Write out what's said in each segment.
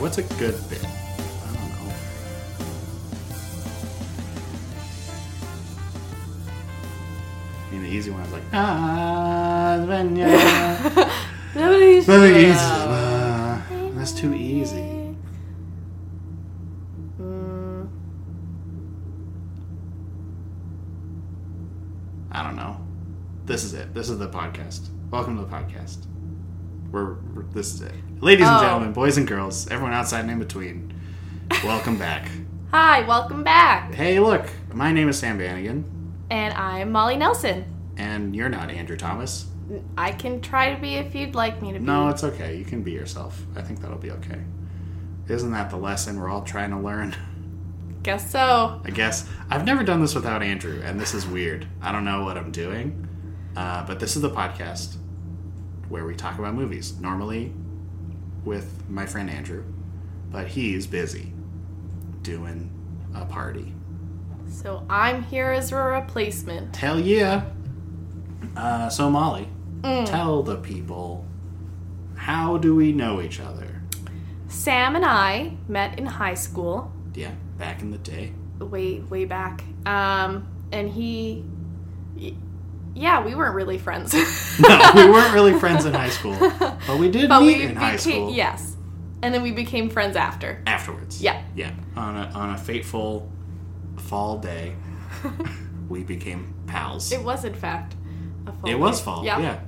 What's a good bit? I don't know. I mean, the easy one is like, ah, Svenja. Nobody's. Nothing easy. Ah, that's too easy. Mm, I don't know. This is it. This is the podcast. Welcome to the podcast. We're, we're- this is it, ladies Oh. and gentlemen, boys and girls, everyone outside and in between. Welcome back. Hi, welcome back. Hey, look, my name is Sam Bannigan, And I'm Molly Nelson. and you're not Andrew Thomas. I can try to be if you'd like me to be. No, it's okay. You can be yourself. I think that'll be okay. Isn't that the lesson we're all trying to learn? Guess so. I guess I've never done this without Andrew, and this is weird. I don't know what I'm doing, uh, but this is the podcast where we talk about movies. Normally, with my friend Andrew, but he's busy doing a party. So I'm here as a replacement. Hell yeah! Uh, so Molly, Mm. tell the people how do we know each other? Sam and I met in high school, Yeah, back in the day. way, way back. Um, and he. y- Yeah, we weren't really friends. No, we weren't really friends in high school, but we did But meet we in high became- school Yes. And then we became friends after. afterwards. Yeah. Yeah. On a on a fateful fall day, we became pals. It was, in fact, a full It was fall. Yeah. Yeah.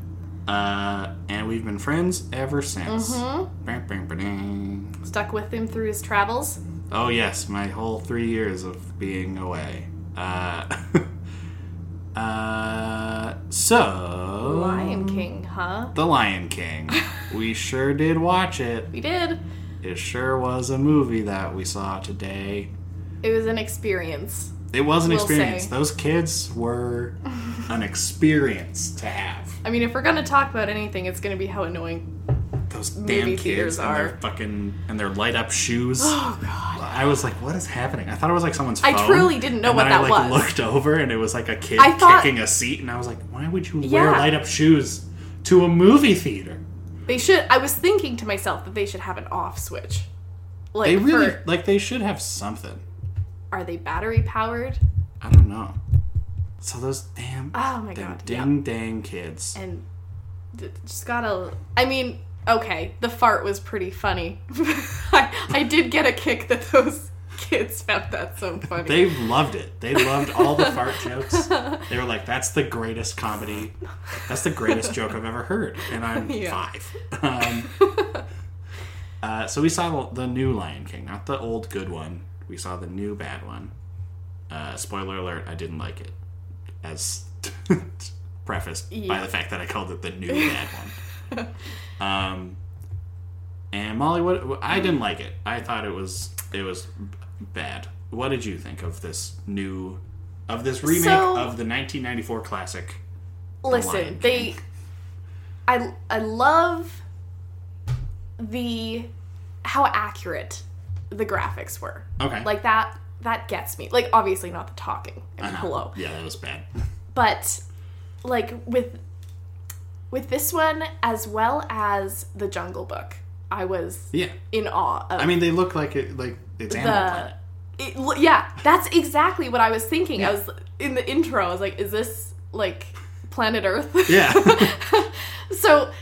Uh, and we've been friends ever since. hmm Bang, bang, ba, ding. Stuck with him through his travels. Oh yes, my whole three years of being away. Uh, uh, so Lion King, huh? The Lion King. we sure did watch it. We did. It sure was a movie that we saw today. It was an experience. It was an We'll experience. say. Those kids were an experience to have. I mean, if we're gonna talk about anything, it's gonna be how annoying. Those Movie damn kids theaters and their are. fucking and their light up shoes. Oh god. I was like, what is happening? I thought it was like someone's phone. I truly didn't know and what then I that like was. looked over and it was like a kid I thought- kicking a seat and I was like, why would you wear Yeah. light up shoes to a movie theater? They should. I was thinking to myself that they should have an off switch. Like, They really for- like they should have something. are they battery powered? I don't know. So those damn Oh my them god. yeah. ding dang kids. And th- just gotta. I mean, okay, the fart was pretty funny. I, I did get a kick that those kids found that so funny. They loved it. They loved all the fart jokes. They were like, "That's the greatest comedy. That's the greatest joke I've ever heard." And I'm Yeah. five. Um, uh, so we saw the new Lion King, not the old good one. We saw the new bad one. Uh, spoiler alert: I didn't like it. As prefaced by Yeah. the fact that I called it the new bad one. Um, and Molly, what I didn't like it. I thought it was it was b- bad. What did you think of this new of this remake So- of the 1994 classic? listen Lion they i i love the how accurate the graphics were Okay. like that that gets me like obviously not the talking I mean, Uh-huh. hello Yeah, that was bad. but like with with this one as well as the jungle book i was Yeah. in awe of I mean, they look like it like it's the Animal Planet. it, l- yeah that's exactly what i was thinking i was in the intro i was like is this like planet earth Yeah. so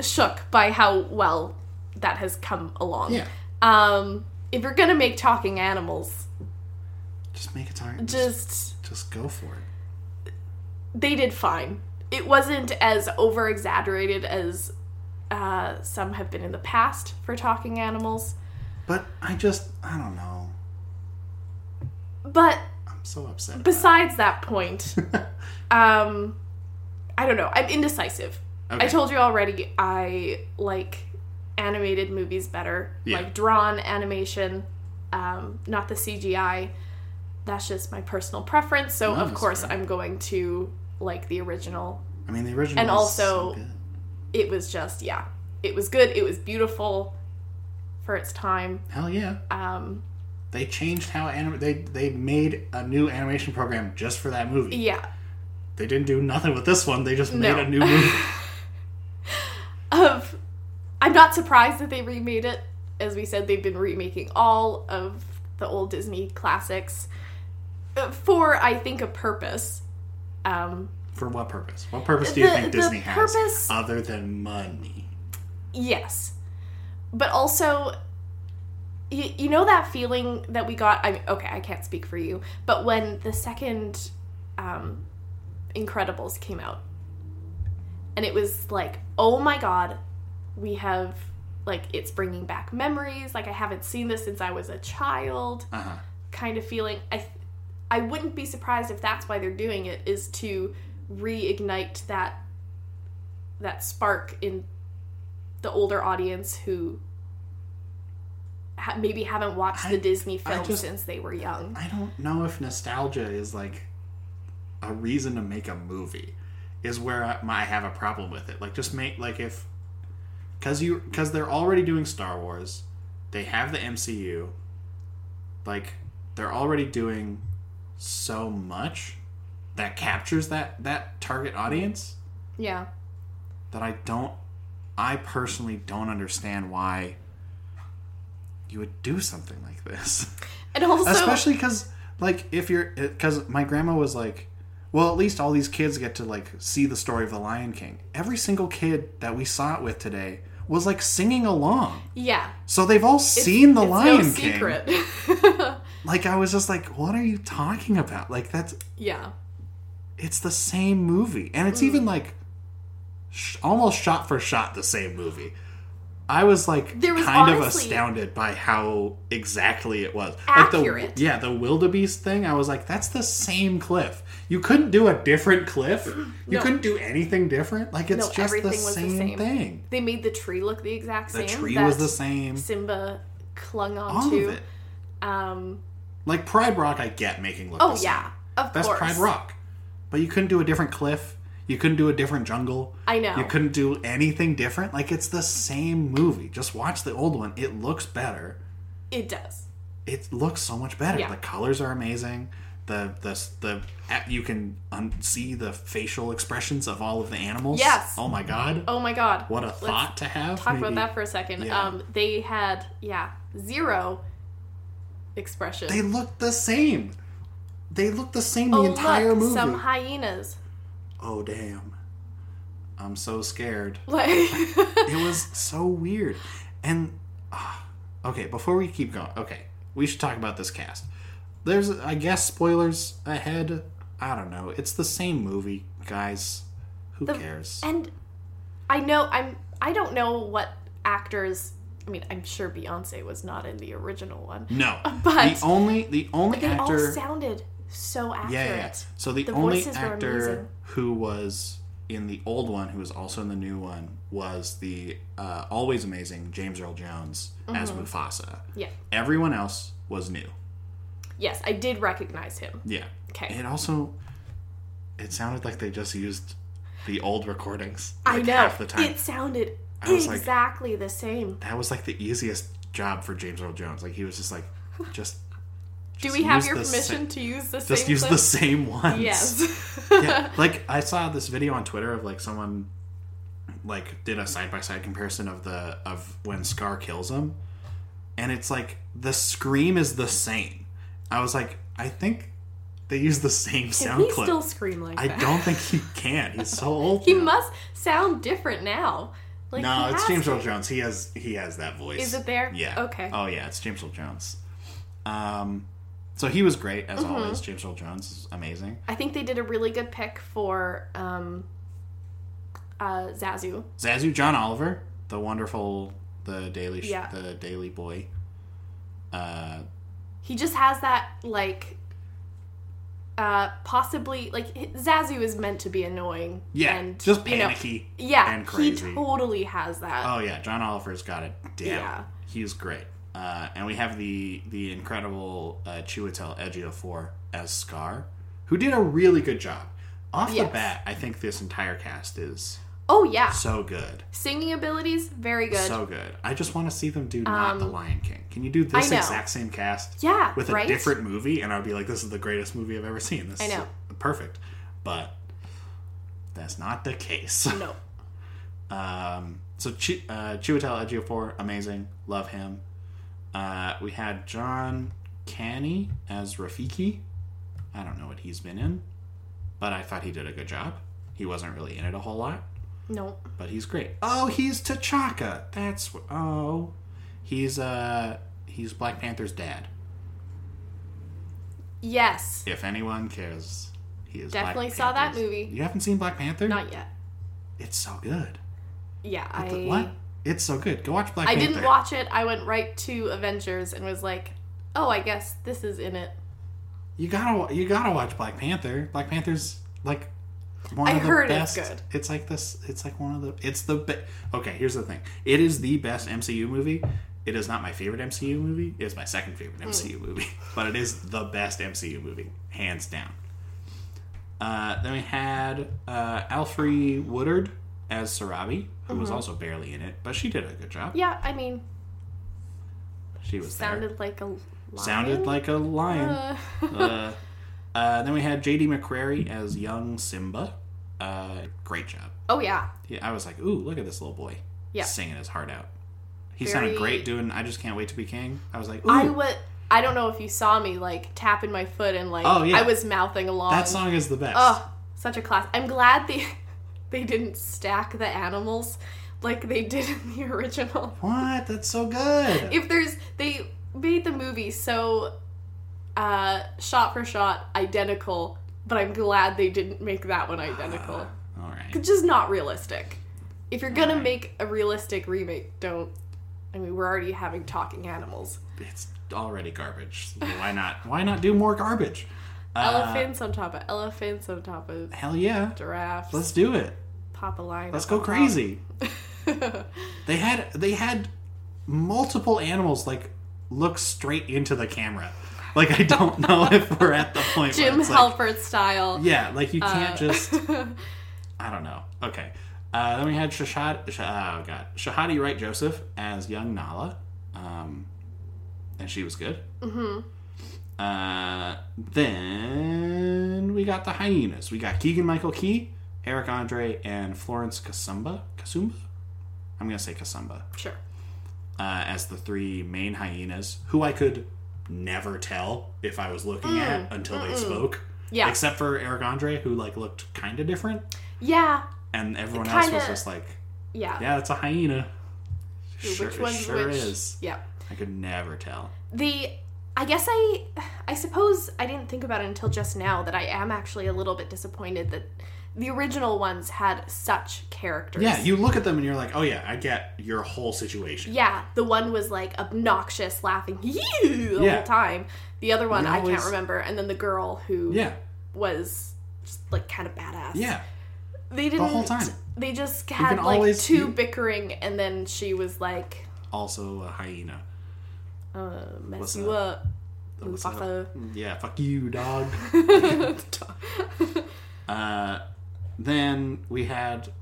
shook by how well that has come along. Yeah. Um, if you're gonna make talking animals, Just make it time. Just just just go for it. they did fine. It wasn't as over exaggerated as uh, some have been in the past for talking animals, But I just I don't know. but I'm so upset. about besides that point, it. um, I don't know. I'm indecisive. okay. I told you already. I like animated movies better, Yeah. like drawn animation, um, not the CGI. That's just my personal preference. So No, of that's course fair. I'm going to like the original. I mean, the original and was so also- good. It was just yeah, it was good. It was beautiful for its time. hell yeah. Um, They changed how anim- they they made a new animation program just for that movie. yeah. They didn't do nothing with this one. They just made No. a new movie. Of, I'm not surprised that they remade it. as we said, they've been remaking all of the old Disney classics uh, for, I think, a purpose. Um, For what purpose? What purpose do you The- think the Disney has purpose- other than money? yes, but also, you, you know that feeling that we got. I mean, okay, I can't speak for you, but when the second um, Incredibles came out, and it was like, oh my god, we have like it's bringing back memories. Like I haven't seen this since I was a child. Uh huh. kind of feeling i i wouldn't be surprised if that's why they're doing it is to reignite that that spark in the older audience who ha- maybe haven't watched I- the disney I films just- since they were young I don't know if nostalgia is like a reason to make a movie. Is where I, my, I have a problem with it. Like just make like if because you because they're already doing Star Wars, they have the MCU. Like they're already doing so much that captures that that target audience yeah that I don't I personally don't understand why you would do something like this. and also Especially because, like, if you're, because my grandma was like, well, at least all these kids get to like see the story of the Lion King. Every single kid that we saw it with today was like singing along, yeah so they've all seen the it's Lion no King. secret Like, I was just like, what are you talking about? Like, that's yeah it's the same movie, and it's even like sh- almost shot for shot the same movie. I was like There was kind of honestly- astounded by how exactly it was. Like Accurate. the, yeah, the wildebeest thing, I was like, that's the same cliff. You couldn't do a different cliff. You No. couldn't do anything different. Like it's No, just the everything was the same, same. thing. they made the tree look the exact The same tree that was the same. simba clung All onto of it. um Like Pride Rock I get making look oh the same. yeah of That's course Pride Rock. But you couldn't do a different cliff. You couldn't do a different jungle. I know. You couldn't do anything different. Like it's the same movie. Just watch the old one. It looks better. it does It looks so much better. Yeah. The colors are amazing. The the the you can un- see the facial expressions of all of the animals. Yes. Oh my god. Oh my god. What a Let's thought to have. Talk about Maybe- that for a second. Yeah. Um they had yeah, zero expression. They look the same. They look the same oh, the entire look, movie. some hyenas. Oh damn. I'm so scared. Like it was so weird. And ah, okay, before we keep going, okay, we should talk about this cast. There's, I guess, spoilers ahead. I don't know. It's the same movie, guys. Who cares? And I know I'm I don't know what actors I mean, I'm sure Beyonce was not in the original one. no, But- the only the only They all actor. sounded so accurate. yeah, yeah. So the, The only voices were amazing. actor who was in the old one, who was also in the new one, was the uh, always amazing James Earl Jones as Mufasa. Mm-hmm. Yeah. Everyone else was new. Yes, I did recognize him. Yeah. Okay. It also, it sounded like they just used the old recordings. I like, know. Half the time. It sounded I was like- exactly the same. That was like the easiest job for James Earl Jones. Like he was just like, just Do just we have use your the permission sa- to use the just same use the clip? same ones. Yes. yeah. Like I saw this video on Twitter of like someone like did a side by side comparison of the of when Scar kills him, and it's like the scream is the same. I was like, I think they use the same Can sound he clip. still scream like I that? don't think he can. He's so old. He now. must sound different now. Like no, he it's has James to. Earl Jones. He has he has that voice. Is it there? Yeah. Okay. Oh yeah, it's James Earl Jones. Um, so he was great Mm-hmm. as always. James Earl Jones is amazing. I think they did a really good pick for um, uh, Zazu. Zazu John Oliver, the wonderful, the Daily Sh- Yeah. the Daily Boy. Uh, He just has that like. Uh, possibly like h- Zazu is meant to be annoying. yeah, and, just you know- panicky. yeah, and crazy. he totally has that. Oh yeah, John Oliver's got it down. Yeah. He's great. Uh, and we have the the incredible uh, Chiwetel Ejiofor as Scar, who did a really good job. Off the Yes. bat, I think this entire cast is oh yeah, so good, singing abilities very good. so good. I just want to see them do not the Um, Lion King. Can you do this I know. exact same cast yeah, with a right? different movie? And I'd be like, this is the greatest movie I've ever seen. This I know. is perfect, but that's not the case. No, Um, so Chi uh, Chiwetel Ejiofor, amazing, love him. Uh, we had John Canny as Rafiki. I don't know what he's been in, but I thought he did a good job. He wasn't really in it a whole lot, No. but he's great. Oh, he's T'Chaka. That's wh- oh, he's uh he's Black Panther's dad. Yes. If anyone cares, he is. Black Definitely saw that Panther's- movie. You haven't seen Black Panther? Not yet. It's so good. Yeah, I. What? It's so good. Go watch Black I Panther. didn't watch it. I went right to Avengers and was like, "Oh, I guess this is in it." You gotta you gotta watch Black Panther. Black Panther's like one I of the heard it's best. good. It's like this. It's like one of the. It's the be- okay. Here's the thing. It is the best MCU movie. It is not my favorite MCU movie. It is my second favorite Hmm. MCU movie, but it is the best MCU movie, hands down. Uh, then we had uh, Alfre Woodard as Sarabi, who was also barely in it, but she did a good job. Mm-hmm. Yeah, I mean, She was there. sounded like a lion. Sounded like a lion. Uh, uh, uh, then we had J.D. McCrary as young Simba. Uh, great job. oh yeah, He- I was like, ooh, look at this little boy. Yeah. Singing his heart out. He Very- sounded great doing I Just Can't Wait to Be King. I was like, ooh, I was. I don't know if you saw me like tapping my foot and like Oh, yeah. I was mouthing along. that song is the best. Oh, such a class. I'm glad they they didn't stack the animals like they did in the original. What? That's so good. If there's they made the movie so uh shot for shot identical, but I'm glad they didn't make that one identical. All right. It's just not realistic. If you're gonna make a realistic remake, don't I mean we're already having talking animals. It's already garbage. Why not? Why not do more garbage? Uh, elephants on top of elephants on top of hell yeah. giraffes. Let's do it. pop a line. Let's up go on top. crazy. They had they had multiple animals like look straight into the camera. Like I don't know if we're at the point Jim where it's like, Halpert style. yeah, like you can't Uh, just I don't know. Okay. Uh, then we had Shahad, Sh- oh god, Shahadi Wright Joseph as young Nala, um, and she was good. Mm-hmm. Uh, then we got the hyenas. We got Keegan Michael Key, Eric Andre, and Florence Kasumba. Kasumba, I'm gonna say Kasumba sure. uh, as the three main hyenas, who I could never tell if I was looking at until they spoke. Mm, Yeah. Except for Eric Andre, who like looked kind of different, Yeah. and everyone else was Kinda- just like, Yeah. "Yeah, that's a hyena." Which Sure, it one's sure which? is. Yeah. I could never tell. The I guess I I suppose I didn't think about it until just now that I am actually a little bit disappointed that the original ones had such characters. Yeah, you look at them and you're like, "Oh yeah, I get your whole situation." Yeah, the one was like obnoxious, laughing you the Yeah. whole time. The other one You I can't always- remember, and then the girl who Yeah, was just like kind of badass. yeah, they didn't. the whole time. They just had can like always- two you- bickering, and then she was like, Also a hyena. uh, "Mess What's you Oh, up, What's up? Mufasa." Yeah, fuck you, dog. Uh, then we had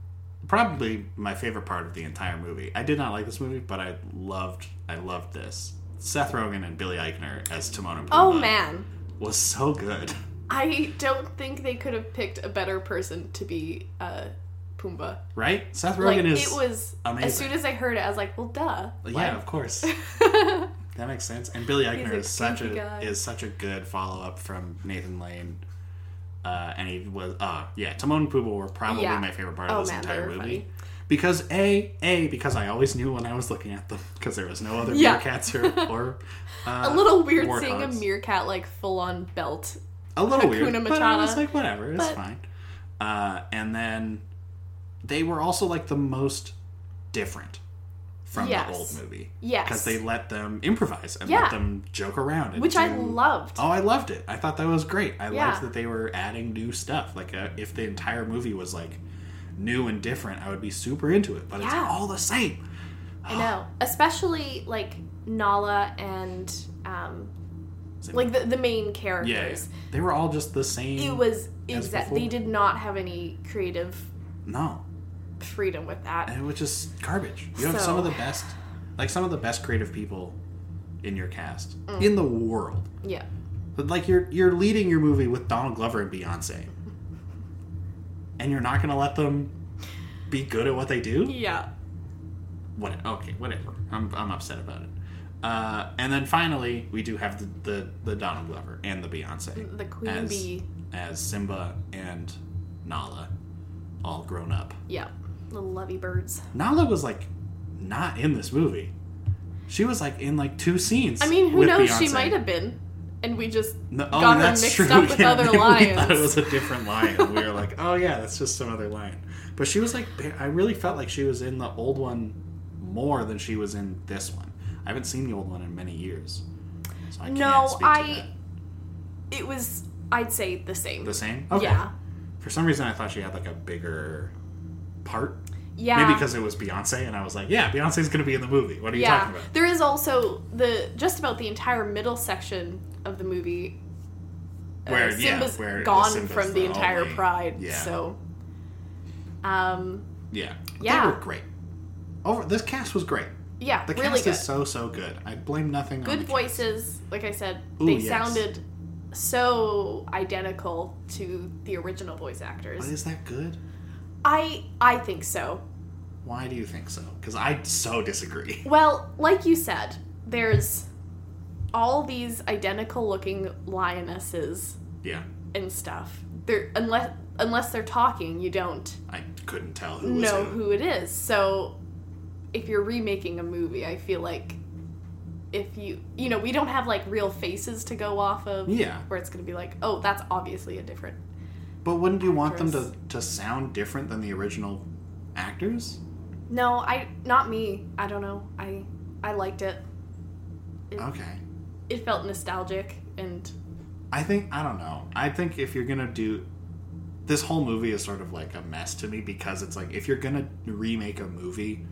probably my favorite part of the entire movie. I did not like this movie, but I loved I loved this. Seth Rogen and Billy Eichner as Timon and Pumbaa oh man, was so good. I don't think they could have picked a better person to be uh, Pumbaa. Right? Seth Rogen Like is it was. As amazing. soon as I heard it, I was like, "Well, duh." yeah, of course. that makes sense. And Billy Eichner a is such a goofy guy. is such a good follow up from Nathan Lane. Uh, and he was uh yeah, Timon and Pumbaa were probably Yeah. my favorite part of Oh, this man, they entire were movie. funny. Because a a because I always knew when I was looking at them because there was no other Yeah. meerkats or or uh, a little weird seeing a warthogs. meerkat like full on belt. a little weird, Hakuna but I Matata. was like whatever, it's But- fine. Uh, and then they were also like the most different from Yes. the old movie Yes. because they let them improvise and Yeah. let them joke around, and which I do- loved. Oh, I loved it. I thought that was great. I Yeah. liked that they were adding new stuff. Like, uh, if the entire movie was like new and different, I would be super into it. But it's Yeah. all the same. Oh. I know, especially like Nala and um, Same. like the, the main Yeah, yeah. characters. they were all just the same. It was As exact. before. They did not have any creative no, freedom with that. it was just garbage. You have So- some of the best, like some of the best creative people in your cast in the world. Yeah, But like you're you're leading your movie with Donald Glover and Beyonce, and you're not gonna let them be good at what they do. yeah. What? Okay, whatever. I'm I'm upset about it. Uh, and then finally, we do have the, the, the Donald Glover and the Beyonce The queen as, bee. as Simba and Nala, all grown up. Yeah. Little lovey birds. Nala was like not in this movie. She was like in like two scenes. I mean, who with knows? She Beyonce. might have been. And we just No, oh, got her that's mixed true. up with Yeah, other we lions. thought it was a different lion. we were like, oh yeah, that's just some other lion. But she was like, ba- I really felt like she was in the old one more than she was in this one. I haven't seen the old one in many years. So I can't No, speak to I- it was I'd say the same. that. the same. Okay. Yeah. For some reason, I thought she had like a bigger part. Yeah. Maybe because it was Beyonce, and I was like, yeah, Beyonce's gonna be in the movie. What are you yeah. talking about? There is also the just about the entire middle section of the movie Where- has yeah, where gone Simba's from the, the entire only- pride. yeah. So um Yeah. Yeah. They were great. Over this cast was great. yeah, The really cast good. is so so good. I blame nothing. on good the cast. voices, like I said, Ooh, they yes. sounded so identical to the original voice But actors. is that good? I I think so. Why do you think so? Because I so disagree. Well, like you said, there's all these identical looking lionesses Yeah, and stuff. They're unless unless they're talking, you don't I couldn't tell who was know who. who it is. So if you're remaking a movie, I feel like if you you know, we don't have like real faces to go off of Yeah, where it's going to be like, "Oh, that's obviously a different." but wouldn't you want them to Actress. to sound different than the original actors? No, I not me. I don't know. I I liked it. It, Okay, it felt nostalgic and I think I don't know. I think if you're gonna do this whole movie is sort of like a mess to me because it's like if you're gonna remake a movie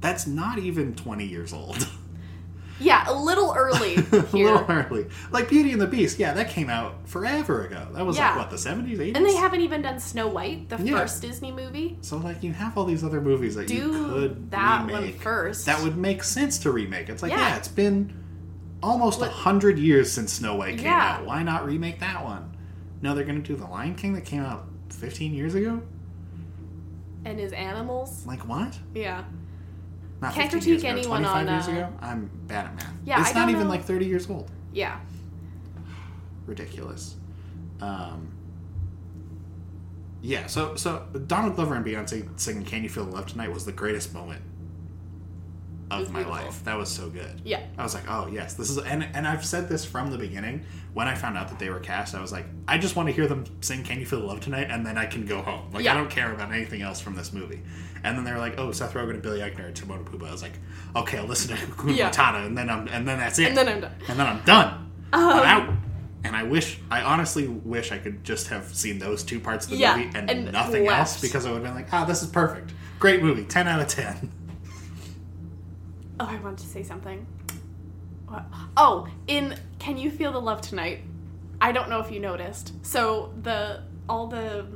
that's not even 20 years old yeah, a little early a here. little early like beauty and the beast yeah that came out forever ago that was Yeah. like what the 70s 80s And they haven't even done Snow White, the Yeah. first Disney movie. So like you have all these other movies that you Do could that one remake. first. That would make sense to remake. It's like Yeah. yeah, it's been almost a What- hundred years since Snow White came Yeah. out. Why not remake that one? No, they're gonna do the Lion King that came out fifteen years ago. and his animals. Like what? Yeah. Not Can't 15 years critique ago, anyone 25 on, years uh, ago. I'm bad at math. Yeah, it's I not don't even know. like thirty years old. Yeah. Ridiculous. Um, yeah. So so Donald Glover and Beyonce singing "Can You Feel the Love Tonight" was the greatest moment It was of my beautiful. life. That was so good. Yeah. I was like, oh yes, this is and and I've said this from the beginning. When I found out that they were cast, I was like, I just want to hear them sing "Can You Feel the Love Tonight," and then I can go home. Like Yeah. I don't care about anything else from this movie. And then they were like, oh, Seth Rogen and Billy Eichner and Timon and Pumbaa. I was like, okay, I'll listen to Hakuna Yeah. Matata, and then I'm and then that's it. And then I'm done. And then I'm done. Um, I'm out. And I wish, I honestly wish I could just have seen those two parts of the Yeah, movie and, and nothing else left. because I would have been like, ah, this is perfect. Great movie, ten out of ten. Oh, I want to say something. What? Oh, in Can You Feel the Love Tonight? I don't know if you noticed. So the all the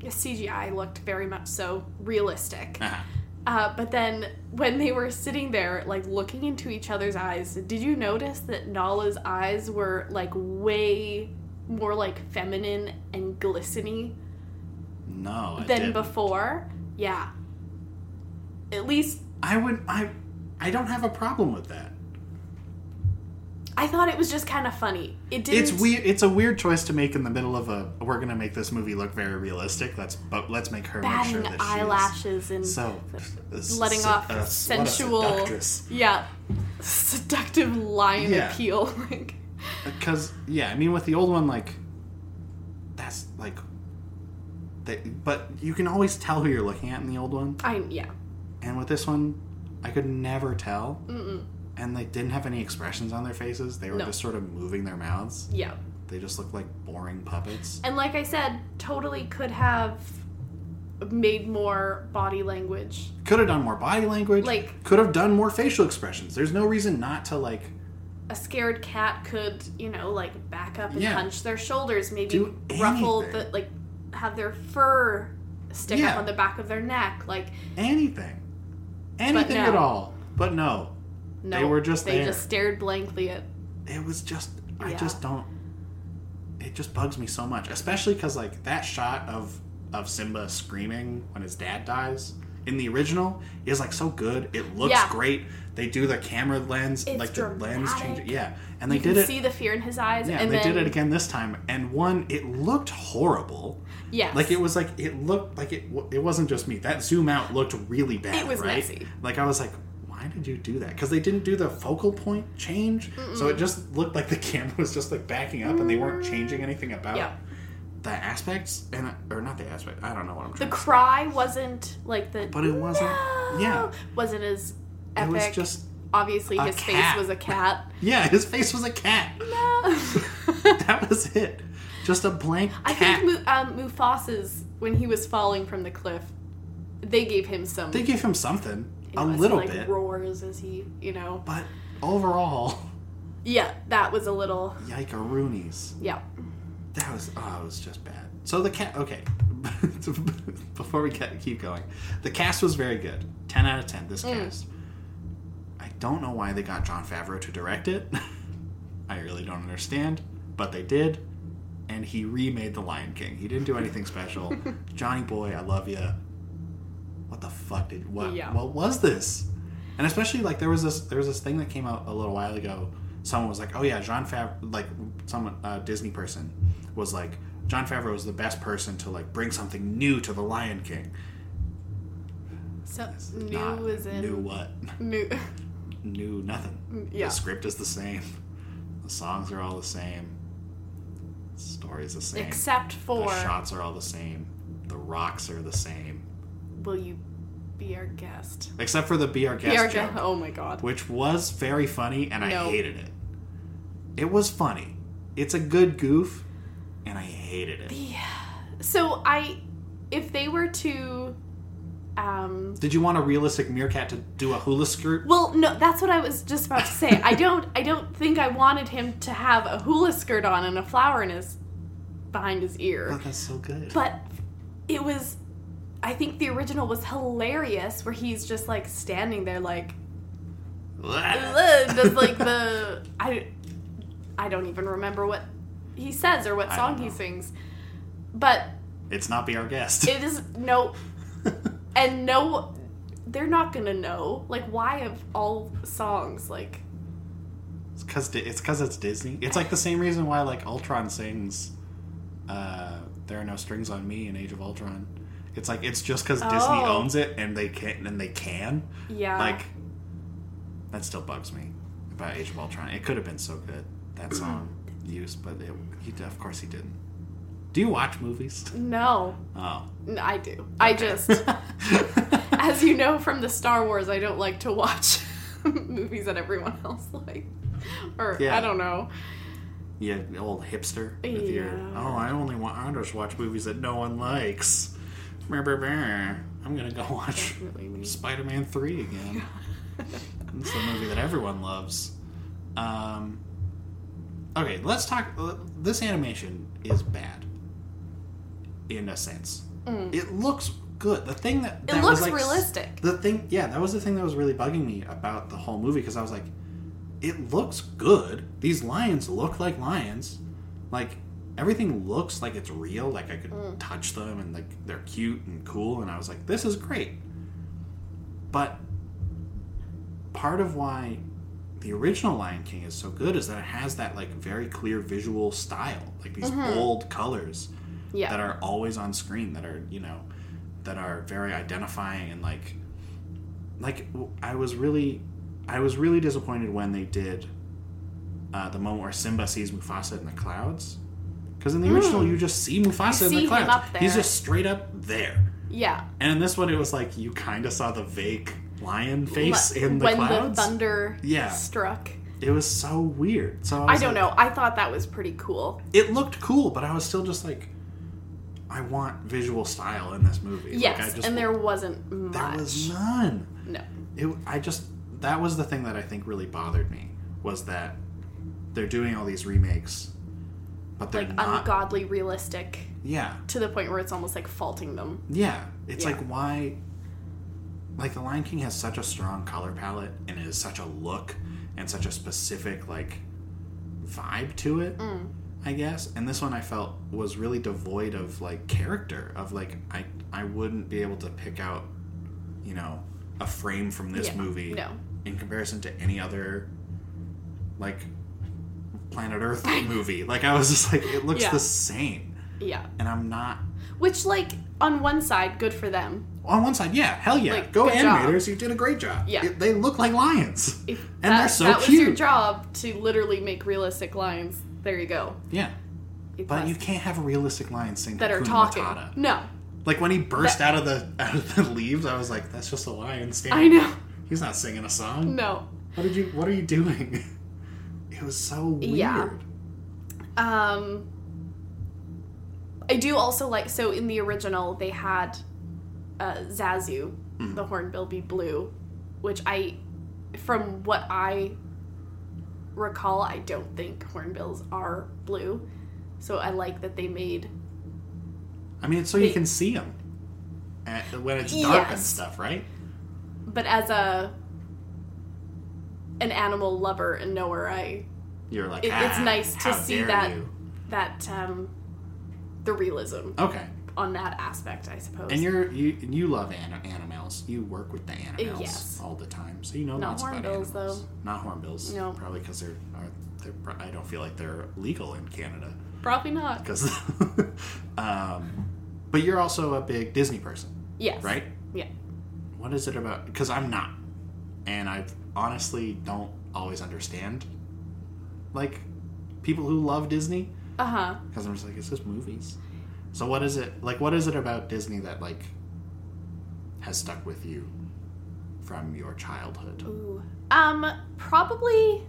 CGI looked very much so realistic. Uh-huh. Uh, but then when they were sitting there, like looking into each other's eyes, did you notice that Nala's eyes were like way more like feminine and glistening No, I than didn't. before? Yeah. At least I would I I don't have a problem with that. I thought it was just kind of funny. It didn't. It's weird it's a weird choice to make in the middle of a we're gonna make this movie look very realistic. Let's but let's make her make sure Batting that she eyelashes and is so letting se- off uh, what a sensual, seductress. yeah, seductive lion Yeah. appeal. Like, Because yeah, I mean with the old one, like that's like, they, but you can always tell who you're looking at in the old one, I yeah, and with this one, I could never tell. Mm-mm. And they didn't have any expressions on their faces; they were No. just sort of moving their mouths. yeah. They just looked like boring puppets. And like I said, totally could have made more body language. Could have done more body language. Like- could have done more facial expressions. There's no reason not to like A scared cat could, you know, like back up and Yeah. hunch their shoulders, maybe Do ruffle the anything. like, have their fur stick Yeah. up on the back of their neck. Like, anything, anything no. at all. But no, no, They were just they there. just stared blankly at it was just I Yeah. just don't it just bugs me so much especially cuz like that shot of of Simba screaming when his dad dies in the original is like so good. It looks Yeah. great. They do the camera lens, It's like the lens dramatic. change. Yeah, and they you did can it. see the fear in his eyes, yeah, and they then did it again this time. And one, it looked horrible. Yes. Like it was like it looked like it. w- It wasn't just me. That zoom out looked really bad. It was right? messy. Like I was like, why did you do that? Because they didn't do the focal point change, so it just looked like the camera was just like backing up, and they weren't changing anything about Yeah. the aspects and uh, or not the aspect. I don't know what I'm the trying. to cry wasn't like the. But it wasn't- yeah. Wasn't as say. epic. It was just Obviously, a his cat. face was a cat. yeah. His face was a cat. No. That was it. Just a blank I cat. think Mu- um, Mufasa's when he was falling from the cliff, they gave him some. they gave him something, you a know, some, little like, bit, roars as he, you know. but overall, Yeah, that was a little. yikeroonies. Yeah. That was oh, it was just bad. So the cat. Okay, before we ca- keep going, the cast was very good. Ten out of ten. This cast. I don't know why they got John Favreau to direct it. I really don't understand, but they did, and he remade The Lion King. He didn't do anything special. Johnny Boy, I love you. What the fuck did what? Yeah. What was this? And especially like there was this there was this thing that came out a little while ago. Someone was like, "Oh yeah, John Fav like someone uh, Disney person was like John Favreau is the best person to like bring something new to the Lion King." So new Not- was in new what? new. New nothing. Mm, Yeah. The script is the same. The songs are all the same. The story's the same. Except for the shots are all the same. The rocks are the same. will you be our guest? Except for the be our guest be our joke. guest. Oh my god. which was very funny and I No. hated it. It was funny. It's a good goof and I hated it. So I, if they were to, um. Did you want a realistic meerkat to do a hula skirt? Well, no, that's what I was just about to say. I don't, I don't think I wanted him to have a hula skirt on and a flower in his, behind his ear. Oh, that's so good. But it was, I think the original was hilarious, where he's just like standing there, like "Ugh," does like the I, I don't even remember what he says or what I song don't he know. sings, but It's not be our guest. it is no, and no, they're not gonna know. Like, why of all songs, like It's cause Di- it's cause it's Disney. It's like the same reason why like Ultron sings uh There Are No Strings on Me in Age of Ultron. It's like it's just cause Disney Oh. Uh. owns it and they can and they can. yeah, Like, that still bugs me about Age of Ultron. It could have been so good that song used, but it, he, of course he didn't. Do you watch movies? no, Oh, N- I do. I just, as you know from the Star Wars, I don't like to watch movies that everyone else like, or Yeah. I don't know. yeah, the old hipster. With your, Yeah. oh, I only want I just watch movies that no one likes. Brr, brr, brr. I'm gonna go watch Definitely me. Spider-Man Three again. It's the movie that everyone loves. Um, okay, let's talk. This animation is bad, in a sense. It looks good. The thing that, that was Mm. looks like, realistic. The thing, yeah, that was the thing that was really bugging me about the whole movie because I was like, it looks good. These lions look like lions. Like everything looks like it's real. Like I could Mm. touch them and like they're cute and cool. And I was like, this is great. But part of why the original Lion King is so good is that it has that like very clear visual style, like these bold colors Mm-hmm. yeah. that are always on screen, that are you know, that are very identifying and like, like w- I was really, I was really disappointed when they did uh, the moment where Simba sees Mufasa in the clouds, because in the original you just see Mufasa in Mm. see the him clouds. up there. He's just straight up there. yeah. And in this one, it was like you kind of saw the vague lion face Like, in the when clouds. the thunder Yeah. struck. it was so weird. So I, I was don't like- know. I thought that was pretty cool. It looked cool, but I was still just like, I want visual style in this movie. Like, I Yes, just, and there wasn't much. there was none. no. It, I just that was the thing that I think really bothered me was that they're doing all these remakes, but they're Like not. ungodly realistic yeah, to the point where it's almost like faulting them. Yeah. It's Yeah. like why like the Lion King has such a strong color palette and it is such a look and such a specific like vibe to it. Mm. I guess. And this one I felt was really devoid of like character of like I I wouldn't be able to pick out you know, a frame from this Yeah, movie no. in comparison to any other like planet Earth movie. Like I was just like, it looks Yeah. the same. Yeah. And I'm not Which, like, on one side, good for them. on one side, yeah, hell yeah. Like, Go good job. animators, you did a great job. Yeah. It- they look like lions. If And that, they're so that was your cute. job to literally make realistic lines. There you go. Yeah. A But plus. you can't have a realistic lion sing that are Hakuna talking. Matata. No, Like when he burst That- out of the out of the leaves, I was like, "That's just a lion standing." I know. He's not singing a song. No. What did you? What are you doing? It was so weird. Yeah. Um, I do also like so in the original they had uh, Zazu, Mm-hmm. the hornbill be blue, which I, from what I recall, I don't think hornbills are blue. So I like that they made I mean, it's so you It- can see him at, when it's dark and Yes. stuff, right? but as a an animal lover and knower I You're like, It- it's "Ah, nice to how see dare that." you." that um the realism Okay, on that aspect I suppose. and you're you you love an- animals. You work with the animals Yes. all the time, so you know Not lots hornbills, about animals. Not hornbills. No. probably because they're are they're. pro- I don't feel like they're legal in Canada. Probably not. because um but you're also a big disney person Yes. right Yeah. what is it about because i'm not and i honestly don't always understand like people who love disney Uh huh. because i'm just like it's just movies so what is it like what is it about disney that like has stuck with you from your childhood Ooh. Um, probably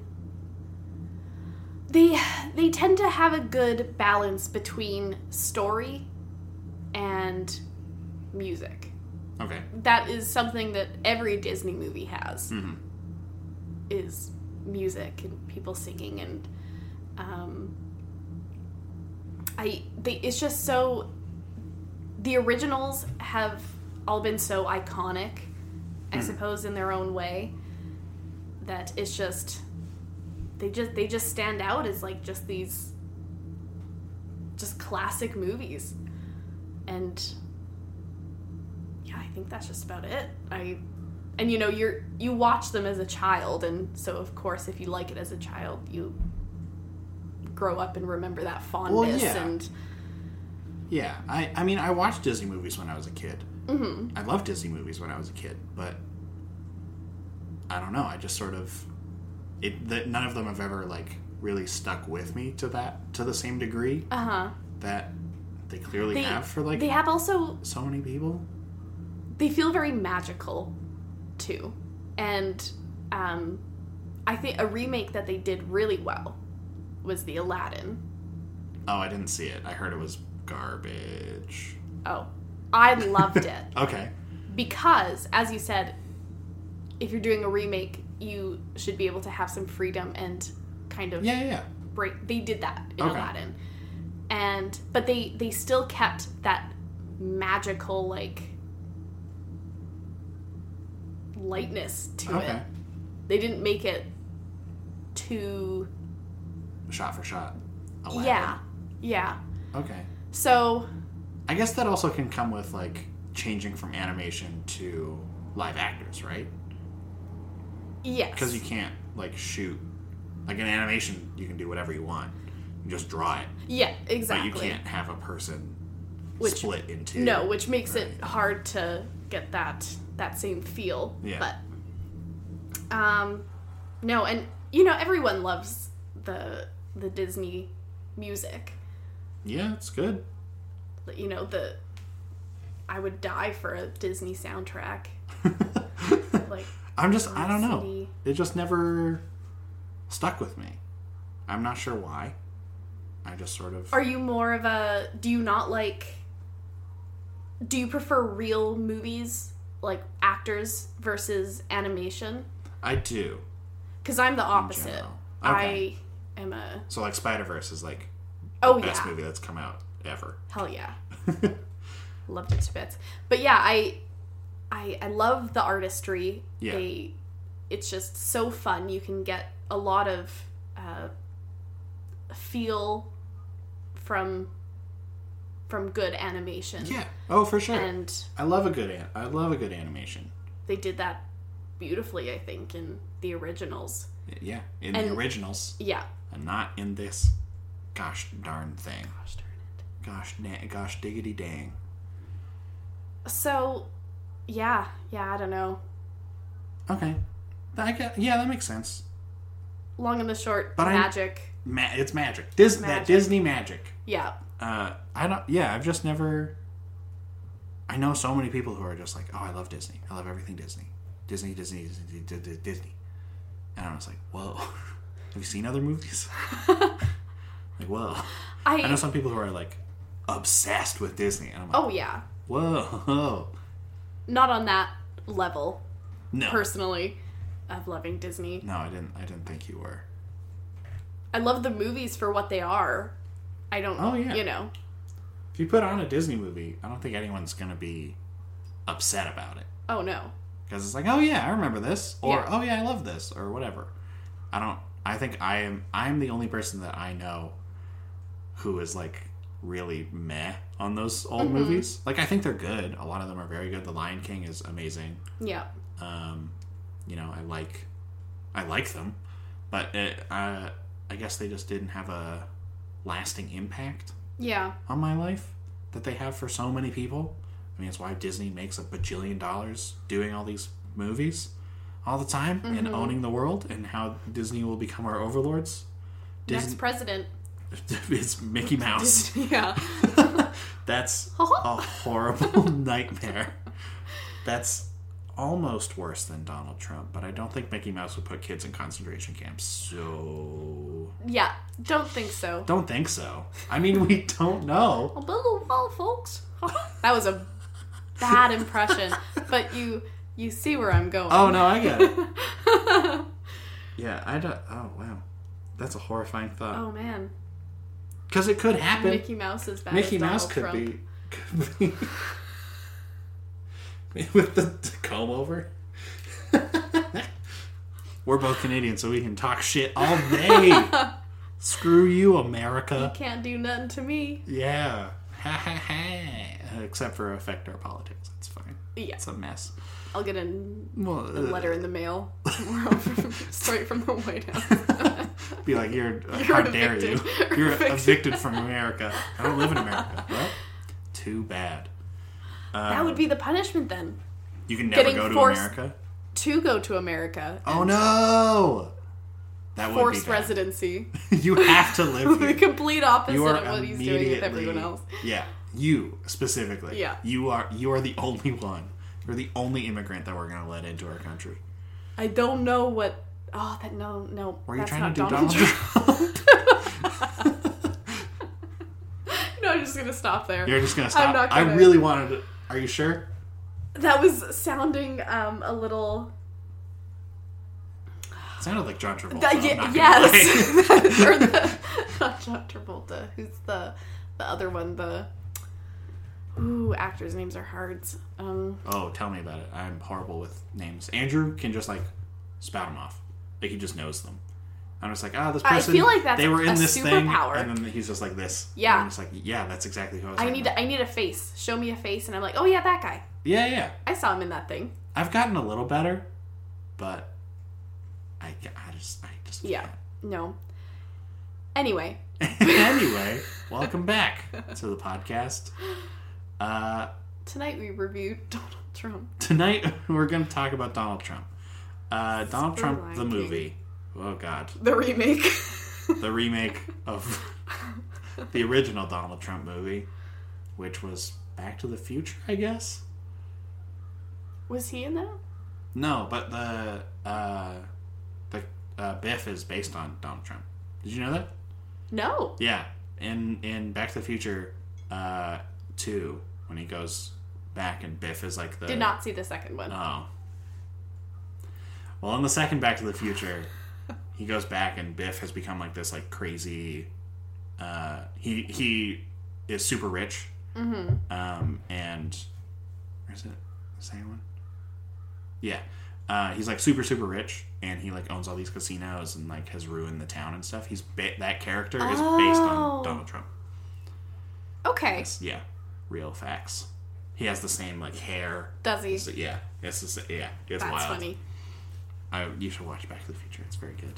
they they tend to have a good balance between story and music. okay That is something that every Disney movie has hmm is music and people singing and um I they it's just so the originals have all been so iconic, I suppose, in their own way. That it's just they just they just stand out as like just these just classic movies, and yeah, I think that's just about it. I and you know you're you watch them as a child, and so of course if you like it as a child, you grow up and remember that fondness yeah. and yeah i i mean i watched disney movies when i was a kid mhm. I loved Disney movies when I was a kid, but I don't know. I just sort of it. That none of them have ever like really stuck with me to that to the same degree Uh huh. that they clearly have for like they have also so many people. they feel very magical, too, and um, I think a remake that they did really well was the Aladdin. Oh, I didn't see it. I heard it was garbage. Oh, I loved it Okay, because, as you said, if you're doing a remake, you should be able to have some freedom and kind of yeah, yeah, yeah. break. They did that in Okay. Aladdin, and but they they still kept that magical like lightness to it. okay. they didn't make it too Shot for shot. Aladdin. yeah yeah Okay. so I guess that also can come with like changing from animation to live actors, right? yes because you can't like shoot like in animation you can do whatever you want you just draw it yeah exactly but you can't have a person Which- split into no which makes it hard to get that that same feel Yeah. but um no and you know everyone loves the the disney music yeah it's good you know the i would die for a disney soundtrack like i'm just i don't know City. it just never stuck with me i'm not sure why i just sort of Are you more of a do you not like do you prefer real movies like actors versus animation? i do Cuz I'm the opposite. general. Okay. I am a so like spider-verse is like Oh yeah. best movie that's come out ever Hell yeah. Loved it to bits. But yeah, I I I love the artistry. Yeah. They it's just so fun. You can get a lot of uh, feel from from good animation. yeah oh for sure And i love a good an- i love a good animation they did that beautifully, I think, in the originals. Yeah, in And- the originals, Yeah. and not in this. Gosh darn thing. Gosh darn it. Gosh, na- gosh, diggity dang. So, yeah, yeah, I don't know. Okay, I get, yeah, that makes sense. Long and the short, But I- magic. Ma- it's magic. Dis- That Magic. Disney magic. Yeah. Uh, I don't. Yeah, I've just never. I know so many people who are just like, oh, I love Disney. I love everything Disney. Disney, Disney, Disney, Di- Di- Disney. And I was like, whoa. Have you seen other movies? like, whoa. I know I. some people who are like obsessed with Disney, and I'm like, Oh, yeah. whoa. Not on that level, No, personally, of loving Disney. no, I didn't. I didn't think you were. I love the movies for what they are. I don't, Oh, yeah. you know. If you put on a Disney movie, I don't think anyone's gonna be upset about it. Oh, no. because it's like, oh yeah, I remember this, or Yeah. oh yeah, I love this, or whatever. I don't. I think I am. I'm the only person that I know who is like really meh on those old movies. Like I think they're good. A lot of them are very good. The Lion King is amazing. Yeah. Um, you know, I like, I like them, but it, uh, I guess they just didn't have a lasting impact Yeah. on my life that they have for so many people. I mean, it's why Disney makes a bajillion dollars doing all these movies all the time and owning the world, and how Disney will become our overlords. Next Disney, president. it's Mickey Mouse. yeah. That's a horrible nightmare. That's almost worse than Donald Trump, but I don't think Mickey Mouse would put kids in concentration camps. So, Yeah. Don't think so. don't think so. I mean, we don't know. I'll build a wall, folks. that was a bad impression, but you you see where I'm going. Oh no, I get it. yeah, I don't. Oh wow, that's a horrifying thought. Oh, man, Because it could happen. Mickey, Oh, Mickey Mouse is bad. as Mouse Donald could Trump. be. Could be with the, the comb over. We're both Canadian, so we can talk shit all day. Screw you, America. Can't do nothing to me. Yeah. Ha ha ha. Except for affect our politics. That's fine. Yeah, It's a mess. I'll get a Well, letter in the mail straight from the White House. be like, "You're, how dare you? evicted. You're Evicted. evicted from America. I don't live in America." Well, too bad. Uh, that would be the punishment then. You can never Getting go to forced- America. To go to America. Oh no, that would be Forced bad. residency. You have to live the here. complete opposite You are of what he's doing with everyone immediately- else. Yeah, you specifically. Yeah. you are. You are the only one. You're the only immigrant that we're going to let into our country. I don't know what. Oh, that no, no. Were you that's trying not to do Donald Donald Trump. Trump? No, I'm just gonna stop there. You're just going to stop. not I gonna. really wanted. to... Are you sure? That was sounding um, a little. It sounded like John Travolta. That- Oh, I'm ye- not gonna lie. yes, or the not John Travolta. Who's the the other one? The ooh, actors' names are hard. Um, Oh, tell me about it. I'm horrible with names. Andrew can just like spout them off. Like he just knows them. I'm just like, ah, this I person. feel like that's they were in a this superpower. thing, and then he's just like this. Yeah. And it's like, yeah, that's exactly who I was. I talking need about. a, I need a face. Show me a face, and I'm like, oh yeah, that guy. Yeah, yeah. I saw him in that thing. I've gotten a little better, but I, ca- I just, I just. Yeah. No. Anyway, can't. anyway, welcome back to the podcast. Uh, tonight we reviewed Donald Trump. tonight we're going to talk about Donald Trump. Uh, Donald Spur Trump, Lion the King. movie. Oh God. The remake. the remake of the original Donald Trump movie, which was Back to the Future, I guess. was he in that? No, but the uh, the uh, Biff is based on Donald Trump. Did you know that? No. Yeah, in in Back to the Future uh, two, when he goes back and Biff is like the Did not see the second one. Oh. Well, in the second Back to the Future, he goes back and Biff has become like this like crazy. Uh, he he is super rich. Mm-hmm. Um, and where is it? The second one. Yeah. Uh, he's like super super rich and he like owns all these casinos and like has ruined the town and stuff. He's ba- that character is based on Oh. Donald Trump. Okay. Yes, yeah, real facts. He has the same like hair. Does he? So, yeah, it's the sa- yeah, it's That's wild. funny. I, you should watch Back to the Future. It's very good.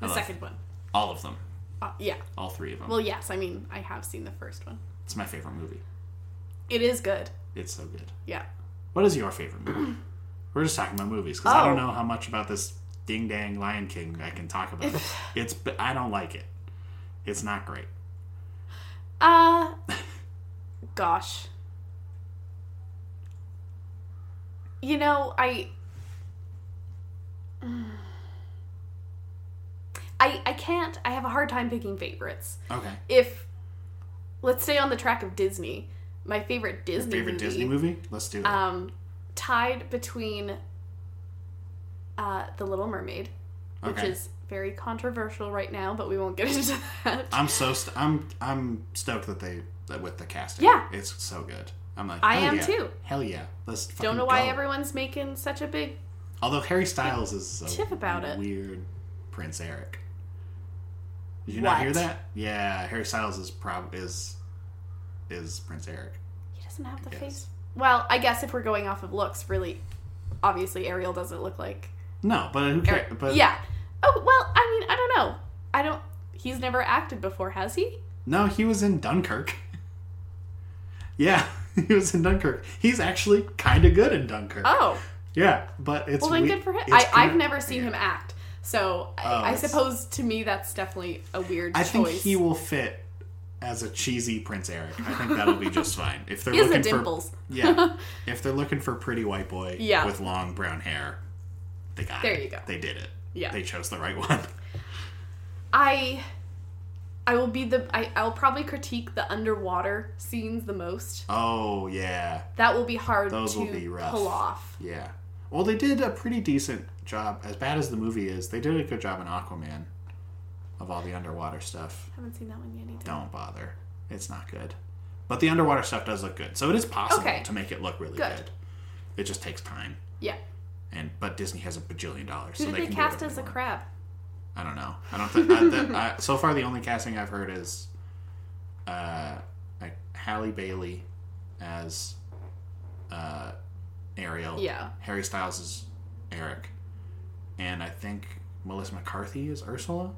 I The love second one. all of them, Uh, yeah. all three of them. Well, yes. I mean, I have seen the first one. it's my favorite movie. It is good. It's so good. Yeah. What is your favorite movie? We're just talking about movies because I don't Oh. know how much about this Ding Dang Lion King I can talk about. it's but I don't like it. It's not great. Uh. gosh. You know, I. I, I can't. I have a hard time picking favorites. Okay. If let's stay on the track of Disney, my favorite Disney Favorite movie, Disney movie? Let's do it. um, tied between uh, The Little Mermaid, which Okay. is very controversial right now, but we won't get into that. I'm so st- I'm I'm stoked that they that with the casting. Yeah. it's so good. I'm like I hell am yeah. too. Hell yeah, let's. Don't fucking know why go. everyone's making such a big Although Harry Styles is a Tiff about it. weird Prince Eric. Did you not hear What? that? Yeah, Harry Styles is prob is is Prince Eric. He doesn't have the Yes. face. Well, I guess if we're going off of looks, really, obviously Ariel doesn't look like. No, but who cares? Ari- But yeah. Oh well, I mean, I don't know. I don't. He's never acted before, has he? No, he was in Dunkirk. yeah, he was in Dunkirk. He's actually kind of good in Dunkirk. Oh, Yeah, but it's well then, we- good for him. it's I, I've kinda- never seen yeah. him act, so Oh, I, I it's- suppose to me that's definitely a weird I choice. think he will fit as a cheesy Prince Eric. I think that'll be just fine. If they're He has the looking for dimples. yeah, if they're looking for a pretty white boy Yeah. with long brown hair, they got There it. you go. They did it. Yeah. they chose the right one. I. I will be the. I, I'll probably critique the underwater scenes the most. Oh yeah, That will be hard Those to will be rough. pull off. yeah. Well, they did a pretty decent job. As bad as the movie is, they did a good job in Aquaman of all the underwater stuff. haven't seen that one yet either. Don't bother. It's not good. But the underwater stuff does look good, so it is possible Okay. to make it look really Good. good. It just takes time. Yeah. and but Disney has a bajillion dollars. Who so did they, they, can do cast whatever as they a want. crab? I don't know. I don't think I, that, I, so far the only casting I've heard is uh, like Halle Bailey as uh, Ariel. Yeah. Harry Styles is Eric, and I think Melissa McCarthy is Ursula.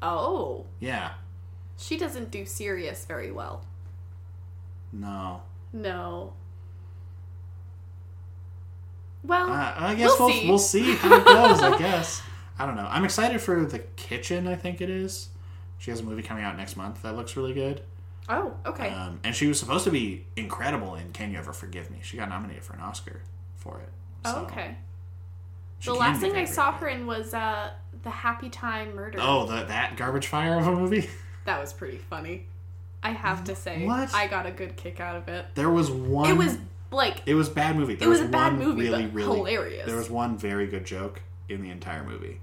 Oh. Yeah. She doesn't do serious very well. No. No. Well, Uh, I guess We'll we'll see. we'll see how it goes. I guess I don't know. I'm excited for the kitchen. I think it is. She has a movie coming out next month that looks really good. oh, okay. Um, and she was supposed to be incredible in Can You Ever Forgive Me? She got nominated for an Oscar for it. oh, So okay. she The can last be thing I very saw good. her in was uh the Happy Time Murder. Oh, the, that garbage fire of a movie? That was pretty funny. I have to say, What? I got a good kick out of it. There was one. It was like It was bad movie. There was was a bad one movie, really, but really hilarious. There was one very good joke in the entire movie,